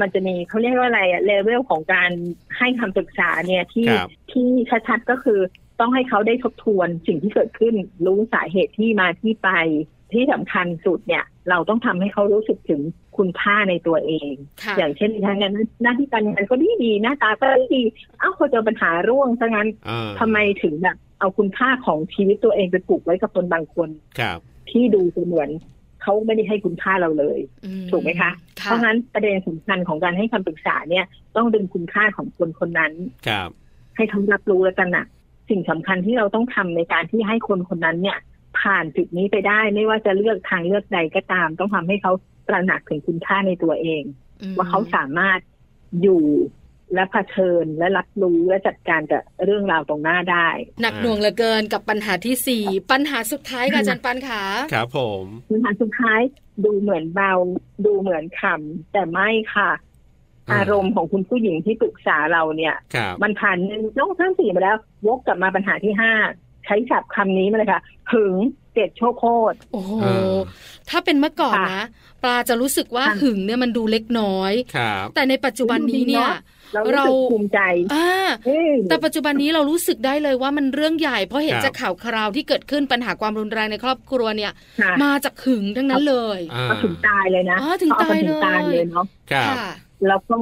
[SPEAKER 5] มันจะมีเขาเรียกว่าอะไรอะเลเวลของการให้คำปรึกษาเนี่ยที่
[SPEAKER 2] ครับ
[SPEAKER 5] ที่ชัดๆก็คือต้องให้เขาได้ทบทวนสิ่งที่เกิดขึ้น รู้สาเหตุที่มาที่ไป ที่สำคัญสุดเนี่ย เราต้องทำให้เขารู้สึกถึงคุณค่าในตัวเอง
[SPEAKER 1] ค่ะ
[SPEAKER 5] อย่างเช่นดิฉันเนี่ยหน้าที่การงานก็ดีดีๆหน้าตาก็ดีดีเอ้าพอเจอปัญหาร่วงซะงั้น
[SPEAKER 2] อ่า
[SPEAKER 5] ทำไมถึงแบบเอาคุณค่าของชีวิตตัวเองไปปลูกไว้กับคนบางคน
[SPEAKER 2] ครับ
[SPEAKER 5] ที่ดูเสมือนเขาไม่ได้ให้คุณค่าเราเลย
[SPEAKER 1] อื
[SPEAKER 5] ถูกไหมคะ
[SPEAKER 1] ค่ะ
[SPEAKER 5] เพราะงั้นประเด็นสำคัญของการให้คำปรึกษาเนี่ยต้องดึงคุณค่าของคนคนนั้น
[SPEAKER 2] ครับ
[SPEAKER 5] ให้เขารับรู้และตระหนักสิ่งสำคัญที่เราต้องทำในการที่ให้คนคนนั้นเนี่ย ผ่านจุดนี้ไปได้ ไม่ว่าจะเลือกทางเลือกใดก็ตาม ต้องทำให้เขาตระหนักถึงคุณค่าในตัวเอง
[SPEAKER 1] อืม
[SPEAKER 5] ว่าเขาสามารถอยู่และเผชิญและรับรู้และจัดการกับเรื่องราวตรงหน้าได้
[SPEAKER 1] หนักหน่วงเหลือเกินกับปัญหาที่สี่ปัญหาสุดท้ายค่ะอาจันปันค่ะ
[SPEAKER 2] ครับผม
[SPEAKER 5] ปัญหาสุดท้ายดูเหมือนเบา ดูเหมือนขำแต่ไม่ค่ะ อารมณ์ของคุณผู้หญิงที่ปรึกษาเราเนี่ย
[SPEAKER 2] ครับ
[SPEAKER 5] มันผ่านหนึ่งสองสามสี่มาแล้ว วกกลับมาปัญหาที่ห้าใช้ศัพท์คำนี้มาเลยค่ะหึงเจ็ดโชคโคตร
[SPEAKER 1] โอ้โห
[SPEAKER 2] อ่า
[SPEAKER 1] ถ้าเป็นเมื่อก่อนนะปลาจะรู้สึกว่า
[SPEAKER 5] ค่ะ
[SPEAKER 1] หึงเนี่ยมันดูเล็กน้อย
[SPEAKER 2] ครับ
[SPEAKER 1] แต่ในปัจจุบันนี้เนี่ย
[SPEAKER 5] เรารู้สึกภูมิใจ
[SPEAKER 1] อ่า
[SPEAKER 5] เอ้ย
[SPEAKER 1] แต่ปัจจุบันนี้เรารู้สึกได้เลยว่ามันเรื่องใหญ่ เพราะเห็น
[SPEAKER 2] ครับ
[SPEAKER 1] จากข่าวคราวที่เกิดขึ้นปัญหาความรุนแรงในครอบครัวเนี่ย
[SPEAKER 5] ค่ะ
[SPEAKER 1] มาจากหึงทั้งนั้นเลย
[SPEAKER 2] อ่า
[SPEAKER 5] ก็ถึงตายเลยนะ
[SPEAKER 1] อ๋อถึง
[SPEAKER 5] เอกัน
[SPEAKER 1] ตายเลย
[SPEAKER 5] ถึงตายเลยเนาะ
[SPEAKER 2] ครับ
[SPEAKER 1] ค่ะ
[SPEAKER 5] แล้วก็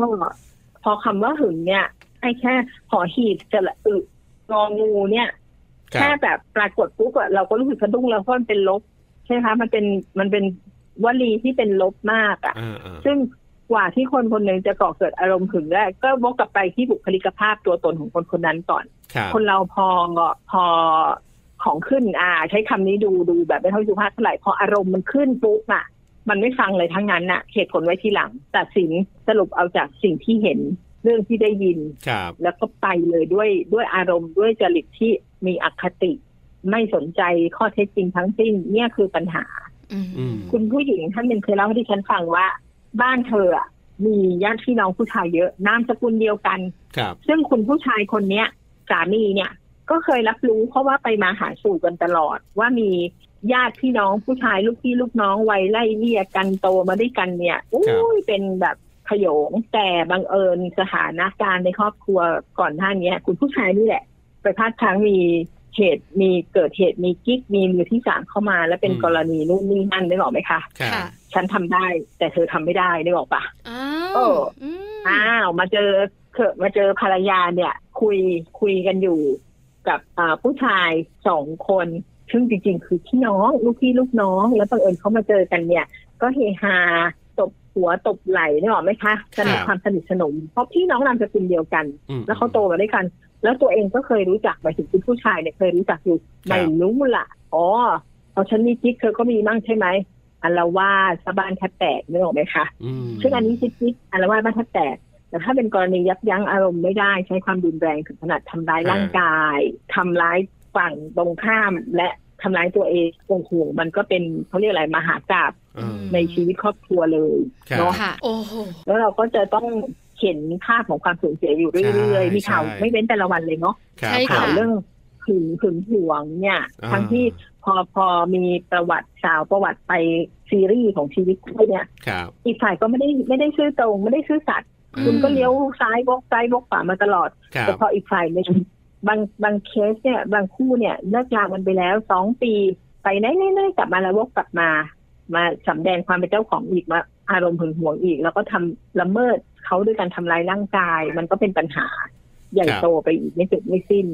[SPEAKER 5] พอคำว่าหึงเนี่ยไอ้แค่หอหีบจะละอึงองูเนี่ย
[SPEAKER 2] ครับ
[SPEAKER 5] แค่แบบปรากฏปุ๊บอะเราก็รู้สึกสะดุ้งแล้วเพราะมันเป็นลบ ใช่ไหมคะมันเป็นมันเป็นวลีที่เป็นลบมากอะ
[SPEAKER 2] อ่าอ่า
[SPEAKER 5] ซึ่งกว่าที่คนคนหนึ่งจะก่อเกิดอารมณ์หึงได้ก็วกกลับไปที่บุคลิกภาพตัวตนของคนคนนั้นก่อน
[SPEAKER 2] ครับ
[SPEAKER 5] คนเราพอพอของขึ้นอ่า ใช้คำนี้ดูดูแบบไม่เท่าสุภาพเท่าไหร่พออารมณ์มันขึ้นปุ๊บอ่ะ มันไม่ฟังเลยทั้งนั้นน่ะเหตุผลไว้ทีหลังตัดสินสรุปเอาจากสิ่งที่เห็นเรื่องที่ได้ยิน
[SPEAKER 2] ครับ
[SPEAKER 5] แล้วก็ไปเลยด้วยด้วยอารมณ์ด้วยจริตที่มีอคติ ไม่สนใจข้อเท็จจริงทั้งสิ้นเนี่ยคือปัญหา
[SPEAKER 1] อืม
[SPEAKER 2] อืม
[SPEAKER 5] คุณผู้หญิงท่านหนึ่งเคยเล่าให้ดิฉันฟังว่า บ้านเธออะมีญาติพี่น้องผู้ชายเยอะ นามสกุลเดียวกัน
[SPEAKER 2] ครับ
[SPEAKER 5] ซึ่งคุณผู้ชายคนเนี้ย สามีเนี่ย ก็เคยรับรู้เพราะว่าไปมาหาสู่กันตลอด ว่ามีญาติพี่น้องผู้ชายลูกพี่ลูกน้องวัยไล่เลี่ยกันโตมาด้วยกันเนี่ยอุ้
[SPEAKER 2] ครับ
[SPEAKER 5] ยเป็นแบบขโยงแต่บังเอิญสถานการณ์ในครอบครัวก่อนหน้าเนี้ย คุณผู้ชายนี่แหละ ไปพลาดครั้งมีเหตุมีเกิดเหตุมีกิ๊กมีมือที่สามเข้ามา แล้วเป็นกรณีนู่นนี่นั่นได้หรอกไหมคะ
[SPEAKER 2] ครับ
[SPEAKER 1] ค่ะ
[SPEAKER 5] ฉันทำได้ แต่เธอทำไม่ได้ได้บอกปะ
[SPEAKER 1] อ้าว
[SPEAKER 5] เออ
[SPEAKER 1] ม
[SPEAKER 5] อ้าวมาเจอเขอะมาเจอภรรยาเนี่ย คุยคุยกันอยู่กับอ่าผู้ชายสองคน ซึ่งจริงๆ คือพี่น้องลูกพี่ลูกน้อง แล้วบังเอิญเขามาเจอกันเนี่ย ก็เฮฮาตบหัวตบไหล่ได้หรอกไหมคะสนิทความสนิทสนม เพราะพี่น้องนามสกุลเดียวกัน
[SPEAKER 2] อืม
[SPEAKER 5] แล้วเขาโตมาด้วยกัน แล้วตัวเองก็เคยรู้จักหมายถึงคุณผู้ชายเนี่ยเคยรู้จักอยู่
[SPEAKER 2] ครั
[SPEAKER 5] ไม่
[SPEAKER 2] บ
[SPEAKER 5] รู้ละอ๋อเอาฉันมีกิ๊กเธอก็มีมั่งใช่ไหมอัลว่าดสะบานแทบแตกนึกออกไหมคะ
[SPEAKER 2] อืม
[SPEAKER 5] ซึ่งอันนี้คิดคิดอารวาสบ้านแทบแตก แต่ถ้าเป็นกรณียับยั้งอารมณ์ไม่ได้ใช้ความรุนแรงถึงขนาดทำร้ายร่างกายทำร้ายฝั่งตรงข้ามและทำร้ายตัวเองโอ้โหมันก็เป็นเขาเรียกอะไรมหากาบ
[SPEAKER 2] อ่า
[SPEAKER 5] ในชีวิตครอบครัวเลย
[SPEAKER 2] ครับ
[SPEAKER 5] เนาะ
[SPEAKER 1] ค่ะ โอ้โห
[SPEAKER 5] แล้วเราก็จะต้องเห็นภาพของความสูญเสียอยู่เรื่อย
[SPEAKER 2] ใช่
[SPEAKER 5] ๆมีข่าว
[SPEAKER 2] ใช่
[SPEAKER 5] ไม่เว้นแต่ละวันเลยเนาะ
[SPEAKER 2] ครับ
[SPEAKER 1] ใช่
[SPEAKER 2] ผ
[SPEAKER 1] ค่ะ
[SPEAKER 5] ข่าว
[SPEAKER 2] ม
[SPEAKER 5] เรื่องหึงหึงหวงเนี่ย
[SPEAKER 2] อ่า
[SPEAKER 5] ทั้งที่พอพอมีประวัติสาวประวัติไปซีรีส์ของชีวิตคู่เนี่ย
[SPEAKER 2] ครับ
[SPEAKER 5] อีกฝ่ายก็ไม่ได้ไม่ได้ซื่อตรงไม่ได้ซื่อสัตย์คุณก็เลี้ยวซ้ายบกซ้ายบกขวามาตลอด
[SPEAKER 2] ครั
[SPEAKER 5] แต่
[SPEAKER 2] บ
[SPEAKER 5] พออีกฝ่ายหนึ่งบางบางเคสเนี่ย บางคู่เนี่ยเลิกลากันไปแล้วสองปี ไปไหนไหนไหนกลับมาแล้ววกกลับมา มาสำแดงความเป็นเจ้าของอีกมาอารมณ์หึงหวงอีก แล้วก็ทำละเมิดเขาด้วยการทำลายร่างกาย มันก็เป็นปัญหา ใหญ่
[SPEAKER 2] ครับ
[SPEAKER 5] โตไปอีกไม่จบไม่สิ้น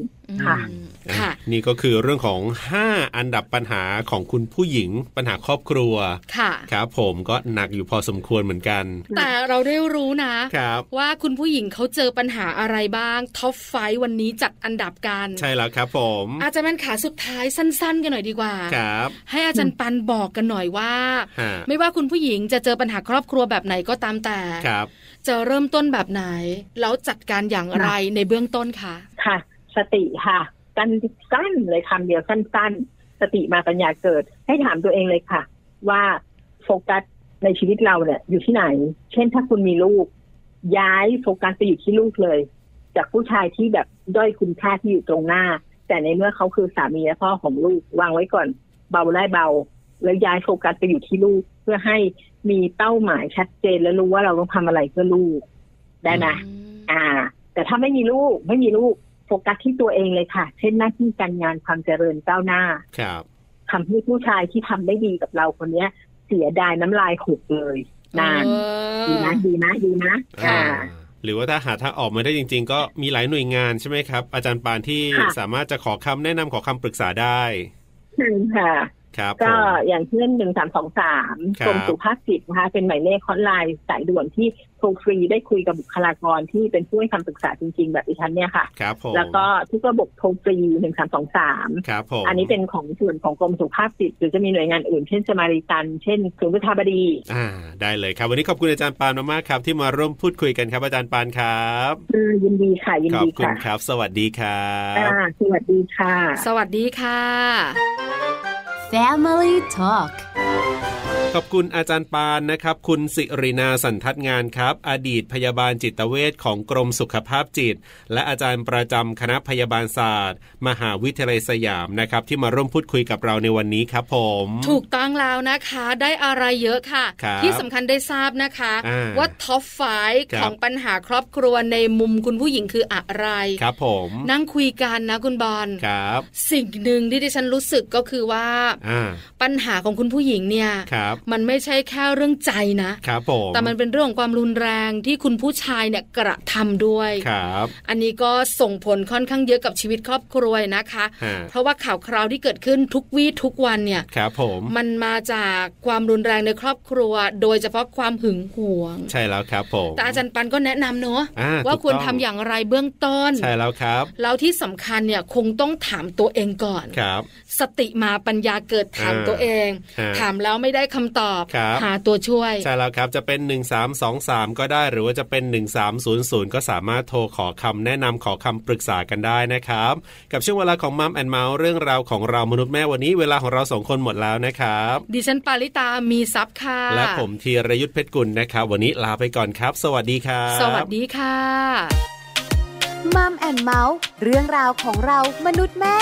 [SPEAKER 5] ค่ะ
[SPEAKER 1] อืมค่ะ
[SPEAKER 2] นี่ก็คือเรื่องของ 5 อันดับปัญหาของคุณผู้หญิง ปัญหาครอบครัว
[SPEAKER 1] ค่ะ
[SPEAKER 2] ครับผมก็หนักอยู่พอสมควรเหมือนกัน
[SPEAKER 1] แต่เราได้รู้นะ
[SPEAKER 2] ครับ
[SPEAKER 1] ว่าคุณผู้หญิงเขาเจอปัญหาอะไรบ้างท็อปไฟวันนี้จัดอันดับกัน
[SPEAKER 2] ใช่แล้วครับผม
[SPEAKER 1] อาจารย์แม่นขาสุดท้ายสั้นๆ กันหน่อยดีกว่า
[SPEAKER 2] ครับ
[SPEAKER 1] ให้อาจารย์ปันบอกกันหน่อยว่า
[SPEAKER 2] ฮะ
[SPEAKER 1] ไม่ว่าคุณผู้หญิงจะเจอปัญหาครอบครัวแบบไหนก็ตามแต่
[SPEAKER 2] ครับ
[SPEAKER 1] จะเริ่มต้นแบบไหน แล้วจัดการอย่างไรในเบื้องต้นคะ
[SPEAKER 5] ค่ะ สติค่ะกันสั้นเลยคำเดียวสั้นๆ สติมาปัญญาเกิด ให้ถามตัวเองเลยค่ะ ว่าโฟกัสในชีวิตเราเนี่ยอยู่ที่ไหน เช่นถ้าคุณมีลูก ย้ายโฟกัสไปอยู่ที่ลูกเลย จากผู้ชายที่แบบด้อยคุณค่าที่อยู่ตรงหน้า แต่ในเมื่อเขาคือสามีและพ่อของลูกวางไว้ก่อน เบาได้เบา แล้วย้ายโฟกัสไปอยู่ที่ลูก เพื่อให้มีเป้าหมายชัดเจนและรู้ว่าเราต้องทำอะไรเพื่อลูกได้ไหม
[SPEAKER 1] อืม
[SPEAKER 5] อ่า แต่ถ้าไม่มีลูกไม่มีลูกโฟกัสที่ตัวเองเลยค่ะ เช่นหน้าที่การงานความเจริญก้าวหน้า
[SPEAKER 2] ครับ
[SPEAKER 5] ทำให้ผู้ชายที่ทำได้ดีกับเราคนเนี้ย เสียดายน้ำลายหกเลย นาน
[SPEAKER 1] เอ
[SPEAKER 5] ดี
[SPEAKER 1] อ
[SPEAKER 5] นะดีนะดีนะ
[SPEAKER 1] ค่ะ
[SPEAKER 5] อ่า
[SPEAKER 2] หรือว่าถ้าหาทางออกไม่ได้จริง ๆ ก็มีหลายหน่วยงานใช่ไหมครับ อาจารย์ปานที่
[SPEAKER 5] ค่ะ
[SPEAKER 2] สามารถจะขอคำแนะนำขอคำปรึกษาได้
[SPEAKER 5] ใช่ค่ะ
[SPEAKER 2] ครับผ
[SPEAKER 5] ก็
[SPEAKER 2] ม
[SPEAKER 5] อย่างเช่นหนึ่งสามสองสาม
[SPEAKER 2] ครับ
[SPEAKER 5] กรมสุขภาพจิตนะคะ เป็นหมายเลขฮอตไลน์สายด่วนที่โทรฟรีได้คุยกับบุคลากรที่เป็นผู้ให้คำปรึกษาจริง ๆ แบบดิฉันเนี่ยค่ะ
[SPEAKER 2] ครับผม
[SPEAKER 5] แล้วก็ทุกระบบโทรฟรีหนึ่งสามสองสาม
[SPEAKER 2] ครับผม
[SPEAKER 5] อันนี้เป็นของส่วนของกรมสุขภาพจิตหรือจะมีหน่วยงานอื่น เช่นสมาริตัน เช่นศูนย์พุทธาบดี
[SPEAKER 2] อ่าได้เลยครับ วันนี้ขอบคุณอาจารย์ปานมากๆครับที่มาร่วมพูดคุยกันครับอาจารย์ปานครับ
[SPEAKER 5] อืมยินดีค่ะ ยิน
[SPEAKER 2] ขอ
[SPEAKER 5] ดี
[SPEAKER 2] บคุณ
[SPEAKER 5] ค่ะ
[SPEAKER 2] ครับ สวัสดีครับ
[SPEAKER 5] อ่าสวัสดีค่ะ
[SPEAKER 1] สวัสดีค่ะ
[SPEAKER 4] Family Talk
[SPEAKER 2] ขอบคุณอาจารย์ปานนะครับ คุณสิรินาสันทัดงานครับ อดีตพยาบาลจิตเวชของกรมสุขภาพจิต และอาจารย์ประจำคณะพยาบาลศาสตร์ มหาวิทยาลัยสยามนะครับ ที่มาร่วมพูดคุยกับเราในวันนี้ครับผม
[SPEAKER 1] ถูกต้องแล้วนะคะ ได้อะไรเยอะค่ะ
[SPEAKER 2] ครับ
[SPEAKER 1] ที่สำคัญได้ทราบนะคะ
[SPEAKER 2] อ่า
[SPEAKER 1] ว่าท็อปไฟ
[SPEAKER 2] ครับ
[SPEAKER 1] ของปัญหาครอบครัวในมุมคุณผู้หญิงคืออะไร
[SPEAKER 2] ครับผม
[SPEAKER 1] นั่งคุยกันนะคุณบอล
[SPEAKER 2] ครับ
[SPEAKER 1] สิ่งหนึ่งที่ดิฉันรู้สึกก็คือว่า
[SPEAKER 2] อ่า
[SPEAKER 1] ปัญหาของคุณผู้หญิงเนี่ย
[SPEAKER 2] ครับ
[SPEAKER 1] มันไม่ใช่แค่เรื่องใจนะ
[SPEAKER 2] ครับผม
[SPEAKER 1] แต่มันเป็นเรื่องของความรุนแรงที่คุณผู้ชายเนี่ยกระทำด้วย
[SPEAKER 2] ครับ
[SPEAKER 1] อันนี้ก็ส่งผลค่อนข้างเยอะกับชีวิตครอบครัวนะคะ
[SPEAKER 2] ฮะ
[SPEAKER 1] เพราะว่าข่าวคราวที่เกิดขึ้นทุกวี่ทุกวันเนี่ย
[SPEAKER 2] ครับผม
[SPEAKER 1] มันมาจากความรุนแรงในครอบครัว โดยเฉพาะความหึงหวง
[SPEAKER 2] ใช่แล้วครับผม
[SPEAKER 1] แต่อาจารย์ปันก็แนะนำเนอะ
[SPEAKER 2] อ่า
[SPEAKER 1] ว่า
[SPEAKER 2] ถูกต้อง
[SPEAKER 1] ควรทำอย่างไรเบื้องต้น
[SPEAKER 2] ใช่แล้วครับ
[SPEAKER 1] แล้วที่สำคัญเนี่ยคงต้องถามตัวเองก่อน
[SPEAKER 2] ครับ
[SPEAKER 1] สติมาปัญญาเกิดถาม
[SPEAKER 2] อ่า
[SPEAKER 1] ตัวเอง
[SPEAKER 2] ฮะ
[SPEAKER 1] ถามแล้วไม่ได้คำตอบ
[SPEAKER 2] ครับ
[SPEAKER 1] หาตัวช่วย
[SPEAKER 2] ใช่แล้วครับ จะเป็น 1 3 2 3 ก็ได้ หรือว่าจะเป็น 1300 ก็สามารถโทรขอคำแนะนำขอคำปรึกษากันได้นะครับ กับช่วงเวลาของมัมแอนเมาส์เรื่องราวของเรามนุษย์แม่วันนี้เวลาของเราสองคนหมดแล้วนะครับ
[SPEAKER 1] ดิฉันปาริตามีซับค่ะ
[SPEAKER 2] และผมธีรยุทธเพชรกุลนะครับ วันนี้ลาไปก่อนครับ สวัสดีครับ
[SPEAKER 1] สวัสดีค่ะ
[SPEAKER 4] มัมแอนเมาส์เรื่องราวของเรามนุษย์แม่